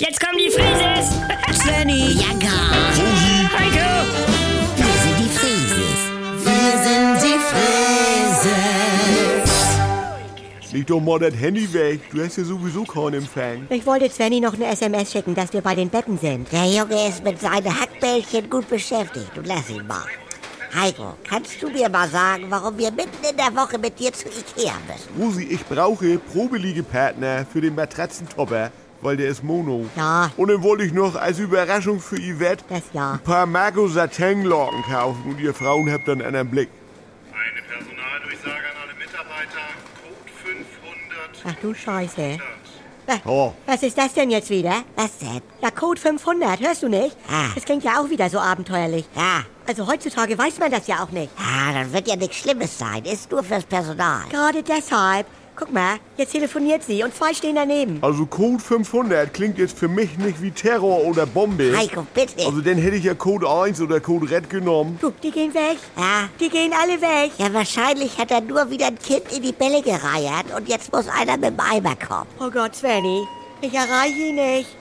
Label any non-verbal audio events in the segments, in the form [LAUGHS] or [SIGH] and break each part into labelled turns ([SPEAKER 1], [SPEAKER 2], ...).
[SPEAKER 1] Jetzt kommen die Frises! [LAUGHS]
[SPEAKER 2] Svenny,
[SPEAKER 3] Ja, gar.
[SPEAKER 1] Heiko!
[SPEAKER 3] Wir sind die Frieses. Wir sind die Frieses.
[SPEAKER 4] Leg doch mal das Handy weg. Du hast ja sowieso keinen Empfang.
[SPEAKER 2] ich wollte Svenny noch eine SMS schicken, dass wir bei den Betten sind.
[SPEAKER 3] Der Junge ist mit seinen Hackbällchen gut beschäftigt. Du lass ihn mal. Heiko, kannst du mir mal sagen, warum wir mitten in der Woche mit dir zu Ikea müssen?
[SPEAKER 4] Rosi, ich brauche Probeliegepartner für den Matratzentopper, weil der ist Mono.
[SPEAKER 2] Ja.
[SPEAKER 4] Und dann wollte ich noch als Überraschung für Yvette
[SPEAKER 2] Das ja.
[SPEAKER 4] ein paar Marco Satin-Locken kaufen und ihr Frauen habt dann einen Blick.
[SPEAKER 5] Eine Personaldurchsage an alle Mitarbeiter. Code 500.
[SPEAKER 2] Ach du Scheiße.
[SPEAKER 4] Oh.
[SPEAKER 2] Was ist das denn jetzt wieder?
[SPEAKER 3] Was denn?
[SPEAKER 2] Ja, Code 500, hörst du nicht?
[SPEAKER 3] Ah.
[SPEAKER 2] Das klingt ja auch wieder so abenteuerlich.
[SPEAKER 3] Ja,
[SPEAKER 2] Also heutzutage weiß man das ja auch nicht.
[SPEAKER 3] ah, dann wird ja nichts Schlimmes sein. Ist nur fürs Personal.
[SPEAKER 2] Gerade deshalb. Guck mal, jetzt telefoniert sie und zwei stehen daneben.
[SPEAKER 4] Also Code 500 klingt jetzt für mich nicht wie Terror oder Bombe.
[SPEAKER 3] Heiko, bitte.
[SPEAKER 4] Also dann hätte ich ja Code 1 oder Code Red genommen.
[SPEAKER 2] Du, die gehen weg.
[SPEAKER 3] ja,
[SPEAKER 2] Die gehen alle weg.
[SPEAKER 3] ja, wahrscheinlich hat er nur wieder ein Kind in die Bälle gereiert und jetzt muss einer mit dem Eimer kommen.
[SPEAKER 2] Oh Gott, Svenny. Ich erreiche ihn nicht.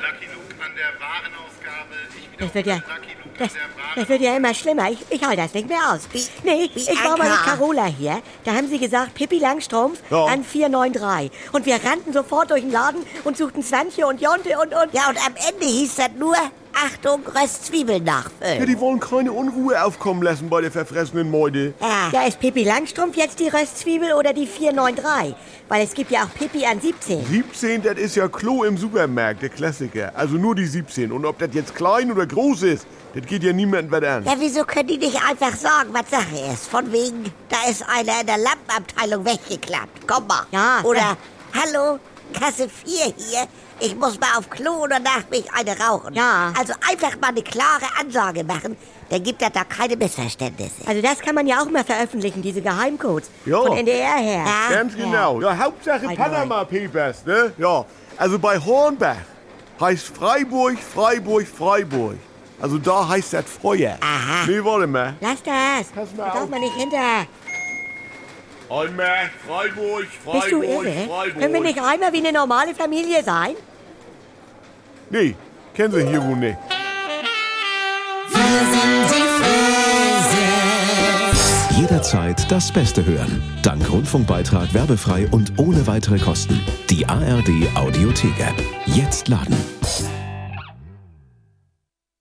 [SPEAKER 5] Lucky Luke an der Warenausgabe. Ich wiederhole,
[SPEAKER 2] Das wird ja.
[SPEAKER 5] Lucky Luke
[SPEAKER 2] Das,
[SPEAKER 5] an der Warenausgabe.
[SPEAKER 2] das wird ja immer schlimmer. Ich, ich halte das nicht mehr aus.
[SPEAKER 3] Wie-
[SPEAKER 2] Nee,
[SPEAKER 3] wie
[SPEAKER 2] ich war mal mit
[SPEAKER 3] Anker.
[SPEAKER 2] Carola hier. Da haben sie gesagt, Pippi Langstrumpf
[SPEAKER 4] Ja.
[SPEAKER 2] an 493. Und wir rannten sofort durch den Laden und suchten Svenche und Jonte und und.
[SPEAKER 3] Ja, und am Ende hieß das nur, Achtung, Röstzwiebeln
[SPEAKER 4] Ja,
[SPEAKER 3] nachfüllen.
[SPEAKER 4] die wollen keine Unruhe aufkommen lassen bei der verfressenen Meute.
[SPEAKER 3] Ja,
[SPEAKER 2] Ja, ist Pippi Langstrumpf jetzt die Röstzwiebel oder die 493? Weil es gibt ja auch Pippi an 17.
[SPEAKER 4] 17, das ist ja Klo im Supermarkt, der Klassiker. Also nur die 17. Und ob das jetzt klein oder groß ist, das geht ja niemandem was an.
[SPEAKER 3] Ja, wieso können die nicht einfach sagen, was Sache ist? Von wegen, da ist einer in der Lampenabteilung weggeklappt. Komm mal.
[SPEAKER 2] Ja.
[SPEAKER 3] Oder, hallo, Kasse 4 hier. Ich muss mal auf Klo oder nach mich eine rauchen.
[SPEAKER 2] Ja.
[SPEAKER 3] Also einfach mal eine klare Ansage machen, dann gibt das da keine Missverständnisse.
[SPEAKER 2] Also das kann man ja auch mal veröffentlichen, diese Geheimcodes.
[SPEAKER 4] Ja.
[SPEAKER 2] Von NDR her.
[SPEAKER 3] Ja.
[SPEAKER 4] Ganz genau. Ja, Hauptsache
[SPEAKER 2] Ei,
[SPEAKER 4] Panama Papers, ne? Ja. Also bei Hornbach heißt Freiburg, Freiburg, Freiburg. Also da heißt das Feuer.
[SPEAKER 3] Aha.
[SPEAKER 4] Nee, warte mal.
[SPEAKER 2] Lass das.
[SPEAKER 4] Pass mal
[SPEAKER 2] da darf
[SPEAKER 4] auf.
[SPEAKER 2] man nicht hinter.
[SPEAKER 4] Einmal Freiburg, Freiburg,
[SPEAKER 2] Bist du irre? Können wir nicht einmal wie eine normale Familie sein?
[SPEAKER 4] Nee, kennen sie hier wohl nicht.
[SPEAKER 6] Jederzeit das Beste hören. Dank Rundfunkbeitrag werbefrei und ohne weitere Kosten. Die ARD Audiothek App. Jetzt laden.